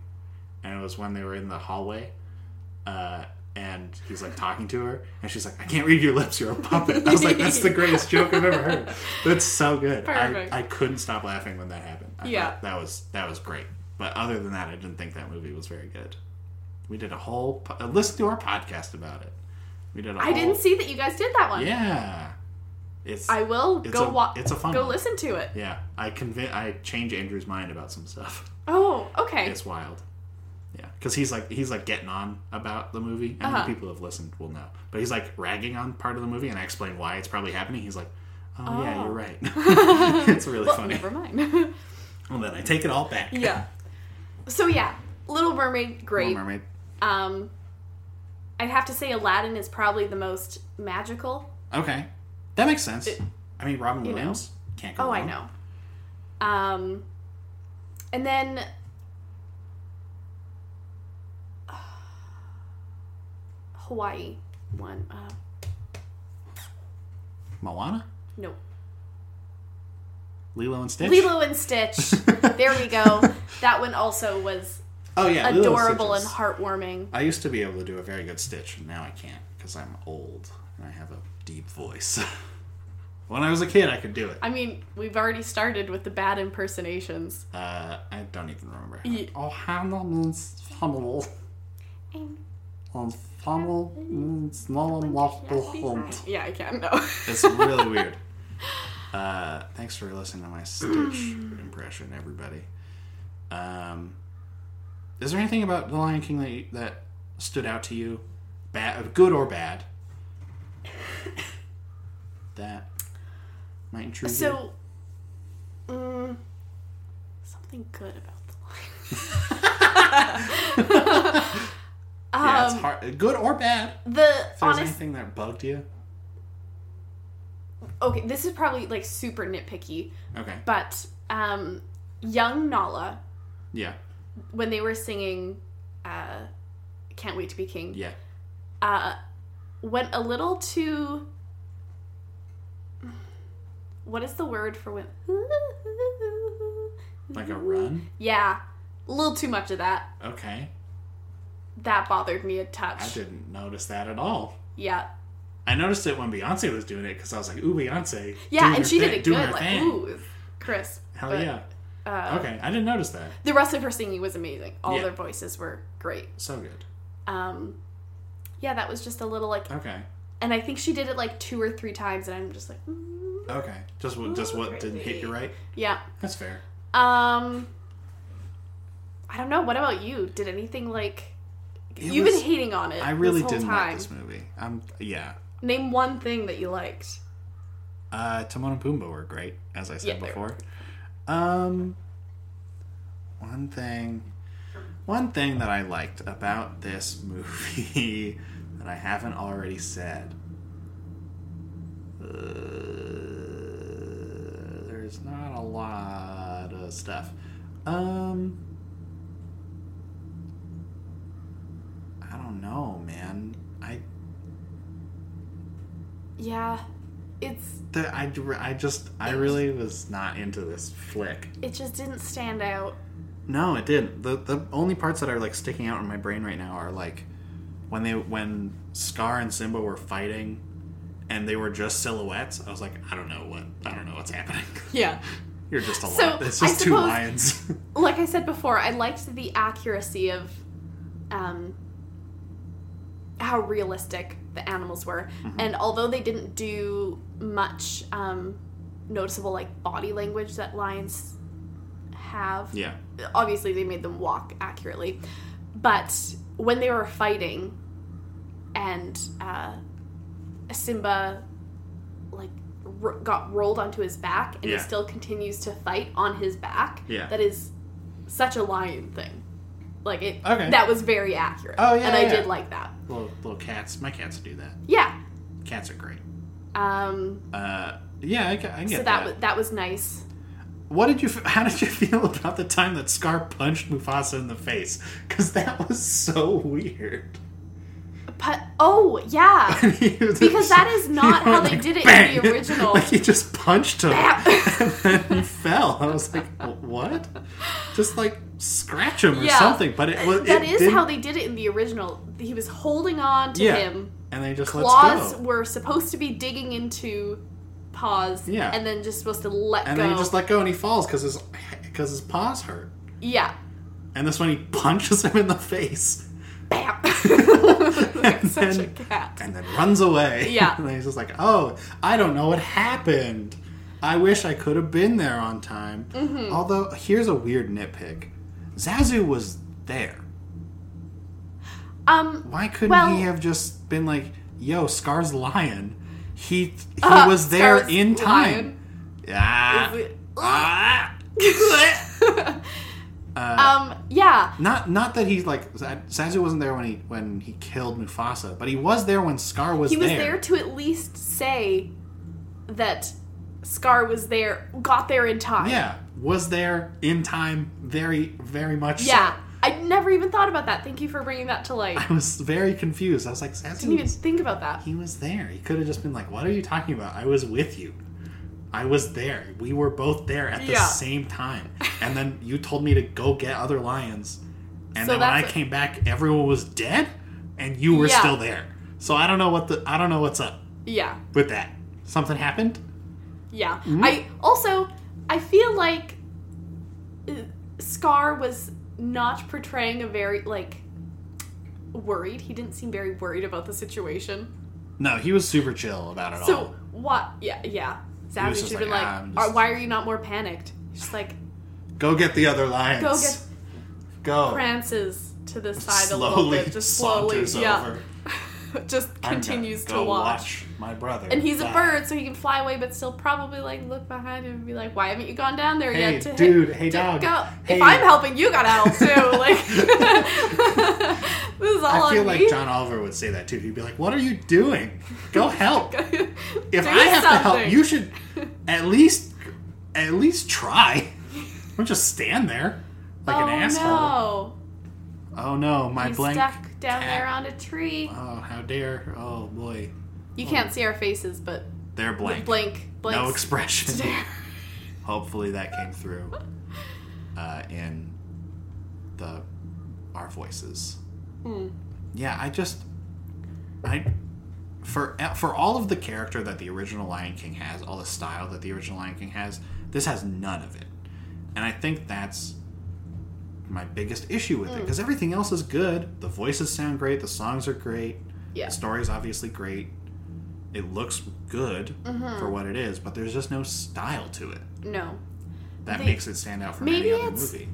and it was when they were in the hallway, uh, and he's like talking to her, and she's like, "I can't read your lips. You're a puppet." I was like, "That's the greatest joke I've ever heard. That's so good." Perfect. I, I couldn't stop laughing when that happened. I Yeah. thought that was that was great. But other than that, I didn't think that movie was very good. We did a whole po- uh, listen to our podcast about it. We did. a I whole, didn't see that you guys did that one. Yeah. It's I will It's go a- watch. it's a fun Go one. listen to it. yeah, I convin- I change Andrew's mind about some stuff. Oh, okay. It's wild. Yeah, because he's like he's like getting on about the movie, and Uh-huh. the people who have listened will know. But he's like ragging on part of the movie, and I explain why it's probably happening. He's like, "Oh, yeah, Oh. you're right." it's really well, funny. never mind. Well, then I take it all back. yeah. So yeah, Little Mermaid, great. Little Mermaid. Um, I'd have to say Aladdin is probably the most magical. Okay, that makes sense. I mean, Robin you know. Williams can't go. Oh, I wrong. know. Um, and then Hawaii one. Uh, Moana, no, Lilo and Stitch. Lilo and Stitch. there we go. That one also was oh yeah, Lilo adorable and Stitch is- heartwarming. I used to be able to do a very good stitch, and now I can't because I'm old and I have a deep voice. when I was a kid, I could do it. I mean, we've already started with the bad impersonations. Uh, I don't even remember. Ye- Oh, Hannah means funnel. I'm ensemble. ensemble- Yeah, I can. No. It's really weird. Uh, thanks for listening to my Stitch Mm. impression, everybody. Um, is there anything about The Lion King that, you, that stood out to you, bad, good or bad, that might intrigue you? So, mm, something good about the lion. Yeah, it's hard. Good or bad. The If there's um, honest, anything that bugged you, okay, this is probably like super nitpicky, okay, but um, young Nala yeah, when they were singing uh, "Can't Wait to Be King," yeah, uh, went a little too. What is the word for when? like a Mm. run. Yeah, a little too much of that. Okay, That bothered me a touch. I didn't notice that at all. Yeah, I noticed it when Beyonce was doing it because I was like, "Ooh, Beyonce!" yeah, doing her and she thing, did it doing good. her Like, thing. ooh, it was crisp. Hell but, yeah. Uh, okay, I didn't notice that. The rest of her singing was amazing. All Yeah. their voices were great. So good. Um, yeah, that was just a little like, Okay. and I think she did it like two or three times, and I'm just like, mm, Okay. Just what? Just what didn't hit you right? yeah. That's fair. Um, I don't know. What about you? Did anything like It you've was- been hating on it? I really this whole didn't time. like this movie. I'm yeah. Name one thing that you liked. Uh, Timon and Pumbaa were great, as I said Yeah, they were. before. Um, one thing, one thing that I liked about this movie that I haven't already said. Uh, there's not a lot of stuff. Um, I don't know, man. I Yeah, it's the, I, I just I really was not into this flick. it just didn't stand out. No, it didn't. The the only parts that are like sticking out in my brain right now are like when they when Scar and Simba were fighting and they were just silhouettes. I was like, I don't know what I don't know what's happening. Yeah. You're just a So, lion. It's I just two suppose- lions. Like I said before, I liked the accuracy of um how realistic the animals were. And although they didn't do much um noticeable like body language that lions have. yeah. obviously they made them walk accurately but when they were fighting and uh, simba like r- got rolled onto his back and Yeah. he still continues to fight on his back Yeah. that is such a lion thing like it Okay. that was very accurate Oh, yeah, and i yeah. did like that Little little cats. My cats do that. yeah Cats are great. um Uh, yeah, I, ca- I can get so that that. was that was nice What did you? f- How did you feel about the time that Scar punched Mufasa in the face? Because that was so weird. but oh yeah because that is not how they did it in the original. Like he just punched him Bam. and then he fell. I was like, "Wh- what? Just like scratch him or Yeah. Uh, something. But it was that it is didn't- how they did it in the original he was holding on to Yeah. him and they just claws let go. were supposed to be digging into paws Yeah. and then just supposed to let And go. then he just let go and he falls because his because his paws hurt. yeah. And this one he punches him in the face Bam. Like And such a then- cat. and then runs away. Yeah. and he's just like, "Oh, I don't know what happened. I wish I could have been there on time." Mm-hmm. Although here's a weird nitpick: Zazu was there. Um Why couldn't Well- he have just been like, "Yo, Scar's lion. He he Uh, was there Scar's in lion. time." Ah. Is it- Ah. Uh, um yeah. not not that he's like Za- Zazu wasn't there when he when he killed Mufasa, but he was there when Scar was He was there. there to at least say that Scar was there got there in time. yeah, was there in time very very much. so. Yeah. I never even thought about that. Thank you for bringing that to light. I was very confused. I was like, didn't Zazu, even was, think about that. he was there. He could have just been like, "What are you talking about? I was with you. I was there. We were both there at the Yeah. same time." And then you told me to go get other lions, and So then when I that's- came back, everyone was dead, and you were Yeah. still there. So I don't know what the I don't know what's up Yeah. with that. Something happened. Yeah. Mm-hmm. I also I feel like uh, Scar was not portraying a very like worried. He didn't seem very worried about the situation. No, he was super chill about it all. So what? Yeah, yeah. Zachary just should have been like, "Ah, like, "I'm "Are- just- "Why are you not more panicked?" He's just like, Go get the other lions. "Go get Go. prances to the side a slowly little bit, just slowly, saunters yeah." over. just I'm gonna continues to go watch. my brother. And he's a die. bird, so he can fly away, but still probably like look behind him and be like, "Why haven't you gone down there Hey, yet?" To dude. hit, Hey, to dog. Go. Hey. If I'm helping, you gotta help too. Like this is all I feel on like me. John Oliver would say that too. He'd be like, "What are you doing? Go help. if I Do have to help, something. you should at least at least try. Don't just stand there like oh, an asshole. No. Oh no, my He's blank. stuck down cat. there on a tree. Oh, how dare! Oh boy, You can't see our faces, but they're blank. blank, blank. No expression. stare. Hopefully that came through uh, in the our voices. Hmm. Yeah, I just I for for all of the character that the original Lion King has, all the style that the original Lion King has, this has none of it. And I think that's my biggest issue with Hmm. it because everything else is good. The voices sound great, the songs are great, Yeah. the story is obviously great. It looks good Mm-hmm. for what it is, but there's just no style to it No. that They- makes it stand out from any Maybe other it's- movie.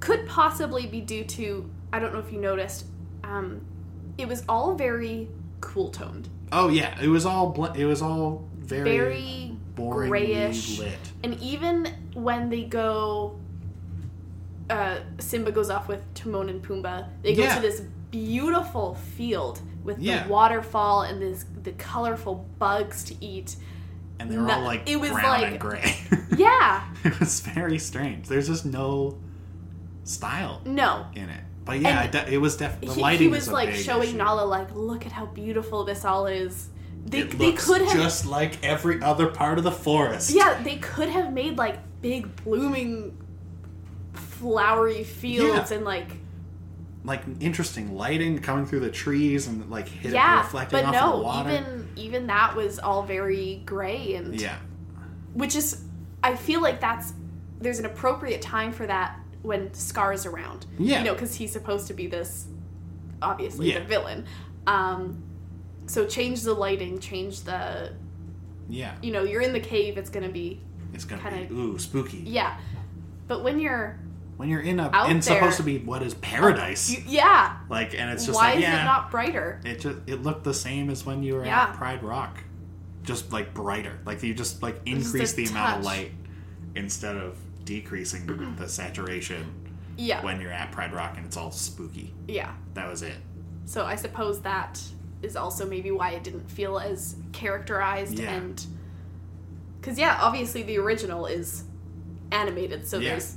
Could possibly be due to I don't know if you noticed. Um, it was all very cool toned, Oh yeah, it was all bl- it was all very, very boring grayish. lit. And even when they go, uh, Simba goes off with Timon and Pumbaa. They go Yeah. to this beautiful field with Yeah. the waterfall and this the colorful bugs to eat. And they were all No, like it was brown like- and gray. Yeah, it was very strange. There's just no style no. in it. But yeah, And it de- it was definitely the He- lighting he, was is a like big showing issue. Nala like, look at how beautiful this all is. They It they looks could have just like every other part of the forest. yeah they could have made like big blooming flowery fields Yeah. and like like interesting lighting coming through the trees and like hit yeah reflecting but off no of the water. even even that was all very gray and yeah, which is I feel like that's there's an appropriate time for that when Scar's around. Yeah. You know, because he's supposed to be this obviously Yeah. the villain. Um so change the lighting, change the yeah, you know, you're in the cave, it's gonna be it's gonna kinda- be ooh spooky. yeah. But when you're When you're in a Out and there- supposed to be what is paradise, you, yeah. like, and it's just Why like is yeah, it not brighter? It just it looked the same as when you were Yeah. at Pride Rock, just like brighter. Like you just like just increase a the amount of touch. light instead of decreasing the saturation Yeah. when you're at Pride Rock and it's all spooky. Yeah. That was it. So I suppose that is also maybe why it didn't feel as characterized Yeah. and because yeah, obviously the original is animated, so Yeah. there's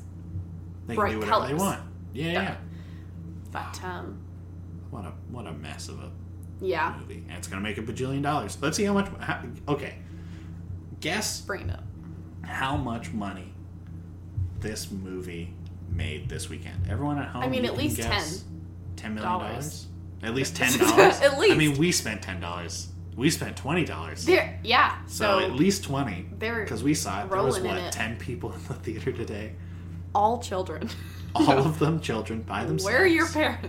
They Bright can do whatever they colours. want. Yeah, yeah. Yeah. but um What a what a mess of a yeah, movie, and it's gonna make a bajillion dollars. Let's see how much. How, okay, guess bring it up. how much money this movie made this weekend. Everyone at home. I mean, you at can least guess ten million dollars. dollars. At least ten dollars. At least. I mean, we spent ten dollars. We spent twenty dollars. There, yeah. So So, at least twenty. they're Because we saw it. There was rolling in what it. ten people in the theater today. all children. All of them children by themselves. Where are your parents?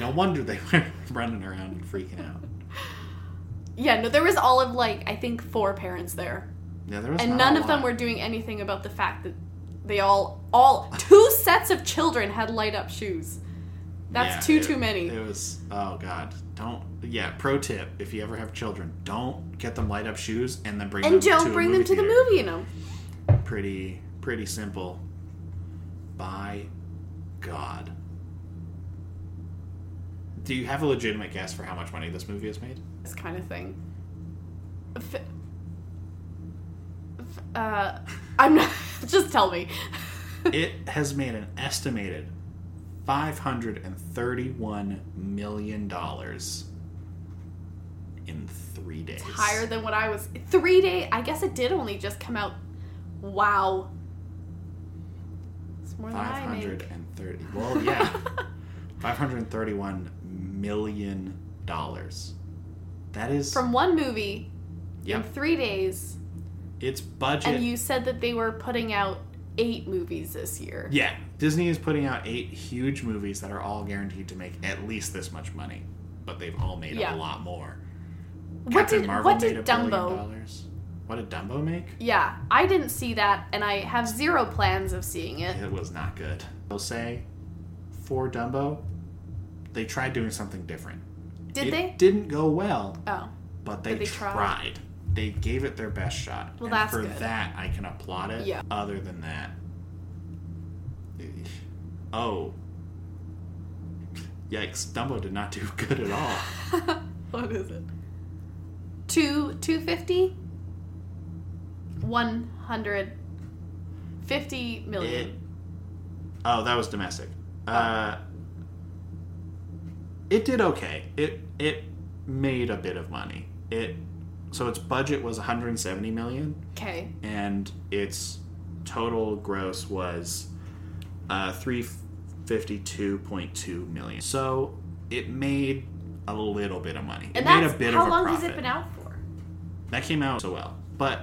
No wonder they were running around and freaking out. Yeah, no, there was all of like I think four parents there, Yeah, there was and not none a of them lot. were doing anything about the fact that they all all two sets of children had light up shoes. That's Yeah, too it- too many. It was oh god. Don't yeah, pro tip, if you ever have children, don't get them light up shoes and then bring and them to don't a bring them to the theater. movie in them. Pretty pretty simple. By God. Do you have a legitimate guess for how much money this movie has made? This kind of thing. F- f- uh, I'm not. just tell me. It has made an estimated five hundred and thirty-one million dollars in three days. higher than what I was. Three day. I guess it did only just come out. Wow. It's more than I make. 530 well yeah 531 million dollars that is From one movie yeah in three days, it's budget and you said that they were putting out eight movies this year. yeah Disney is putting out eight huge movies that are all guaranteed to make at least this much money, but they've all made a Yeah. lot more. What Captain did Marvel what made did a billion Dumbo? dollars. What did Dumbo make? Yeah, I didn't see that, and I have zero plans of seeing it. It was not good. I'll say, for Dumbo, they tried doing something different. Did it they? Didn't go well, Oh, but they, they tried. tried. They gave it their best shot. Well, and that's for good. that, I can applaud it. Yeah. Other than that, eh, oh, yikes! Dumbo did not do good at all. what is it? Two two fifty. One hundred fifty million. It. Oh, that was domestic. Oh. Uh, it did okay. It it made a bit of money. It so its budget was 170 million, Okay. and its total gross was uh, 352.2 million. So it made a little bit of money. It And made that's a bit how of a long profit. has it been out for? That came out so well, but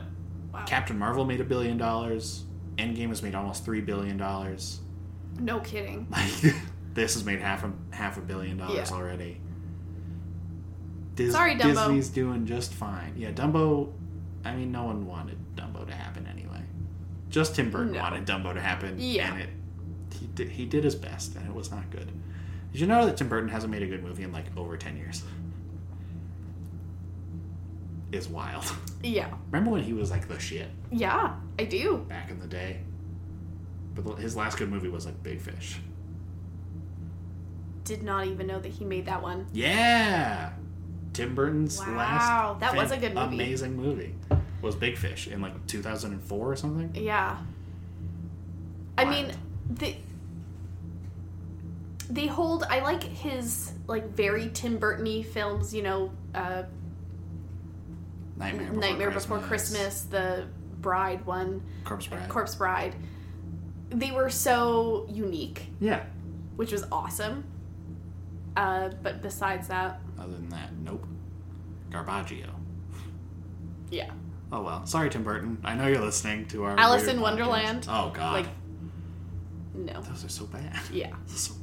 Wow. Captain Marvel made a billion dollars. Endgame has made almost three billion dollars. no kidding. Like this has made half a half a billion dollars Yeah. already. Dis- Sorry, Dumbo. Disney's doing just fine. Yeah, Dumbo. I mean, no one wanted Dumbo to happen anyway. Just Tim Burton No. wanted Dumbo to happen. Yeah. and it he did, he did his best, and it was not good. Did you know that Tim Burton hasn't made a good movie in like over ten years? Is wild. Yeah. Remember when he was like the shit Yeah, I do. back in the day? But the- his last good movie was like Big Fish. Did not even know that he made that one. Yeah, Tim Burton's Wow, last that was fan- a good movie. amazing movie was Big Fish in like 2004 or something. Yeah. I mean, the they hold. I like his like very Tim Burton-y films. You know, uh, Nightmare Before Nightmare Christmas. Before Christmas, the Bride one, Corpse Bride. Corpse Bride. They were so unique, yeah. which was awesome. Uh, but besides that, Other than that, nope. Garbaggio. yeah, Oh well, sorry Tim Burton. I know you're listening to our Alice weird in Wonderland. podcast. Oh god, like no, those are so bad. yeah. so bad.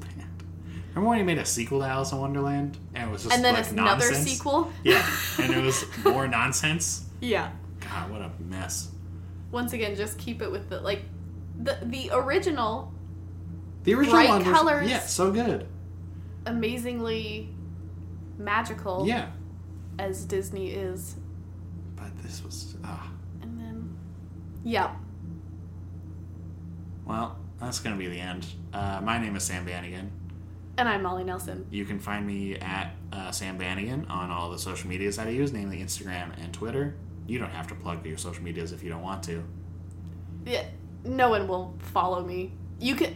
Remember when he made a sequel to Alice in Wonderland and it was just And then like, another nonsense? sequel. Yeah, and it was more nonsense. yeah. God, what a mess. Once again, just keep it with the like the the original The original Bright one was colors. yeah, so good. amazingly magical Yeah, as Disney is. But this was. ah And then, yeah, well, that's going to be the end. Uh, my name is Sam Bannigan. and I'm Molly Nelson. You can find me at uh, Sam Bannigan on all the social medias that I use, namely Instagram and Twitter. You don't have to plug your social medias if you don't want to. Yeah, no one will follow me. You can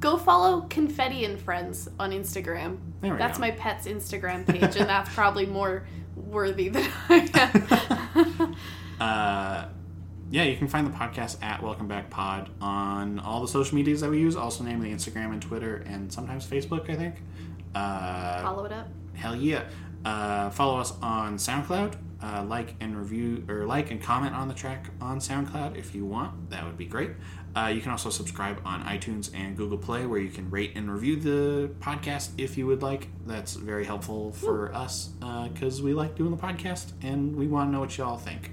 go follow Confetti and Friends on Instagram. There we That's go. my pet's Instagram page, and that's probably more worthy than I am. Uh, yeah, you can find the podcast at Welcome Back Pod on all the social medias that we use, also namely Instagram and Twitter and sometimes Facebook, I think. Uh, follow it up. Hell yeah. Uh, follow us on SoundCloud. Uh, like and review or like and comment on the track on SoundCloud if you want. That would be great. Uh, you can also subscribe on iTunes and Google Play where you can rate and review the podcast if you would like. That's very helpful for us because we like doing the podcast and we want to know what y'all think.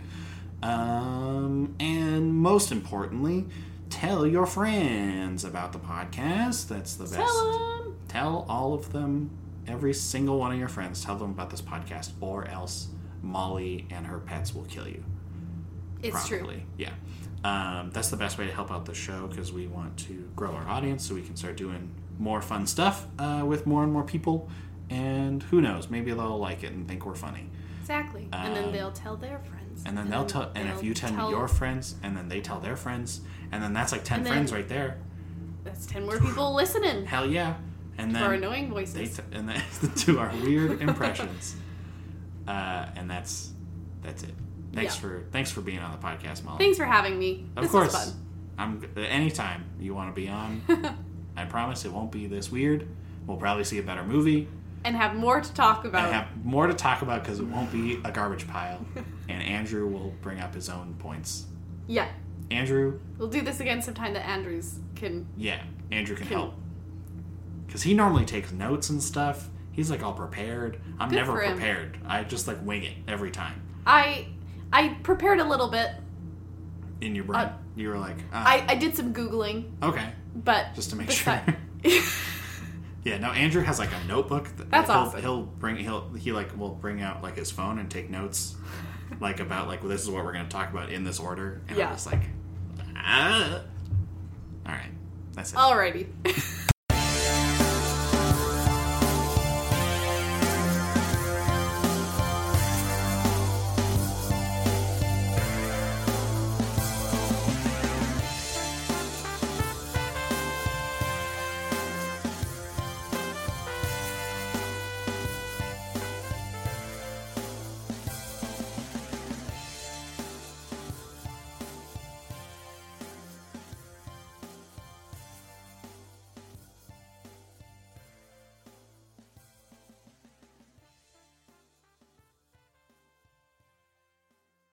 Um, and most importantly, tell your friends about the podcast. That's the best Tell 'em. tell all of them every single one of your friends tell them about this podcast or else molly and her pets will kill you It's true. probably. yeah um, that's the best way to help out the show because we want to grow our audience so we can start doing more fun stuff uh, with more and more people and who knows maybe they'll like it and think we're funny Exactly. and then Um, they'll tell their friends. and then they'll tell and if Mm-hmm. they'll you tell, your friends and then they tell their friends and then that's like 10 And then- friends right there that's 10 more people listening hell yeah and for then annoying voices. they t- and that, to our weird impressions. Uh, and that's that's it. Thanks Yeah. for thanks for being on the podcast, Molly. Thanks for having me. of this course, was I'm anytime you want to be on. fun. I promise it won't be this weird. We'll probably see a better movie and have more to talk about. and have more to talk about because it won't be a garbage pile. and Andrew will bring up his own points yeah. Andrew, We'll do this again sometime that Andrews can. yeah, Andrew can Cool. help. Because he normally takes notes and stuff. He's like all prepared. I'm Good never for him. prepared. I just like wing it every time. I I prepared a little bit. In your brain, Uh, you were like, I, ah, I did some googling, okay, but just to make sure. besi- yeah, no. Andrew has like a notebook. That That's he'll, awesome. He'll bring he'll he like will bring out like his phone and take notes, like about like well, this is what we're gonna talk about in this order. And Yeah. I'm just like, ah. all right, that's it. Alrighty.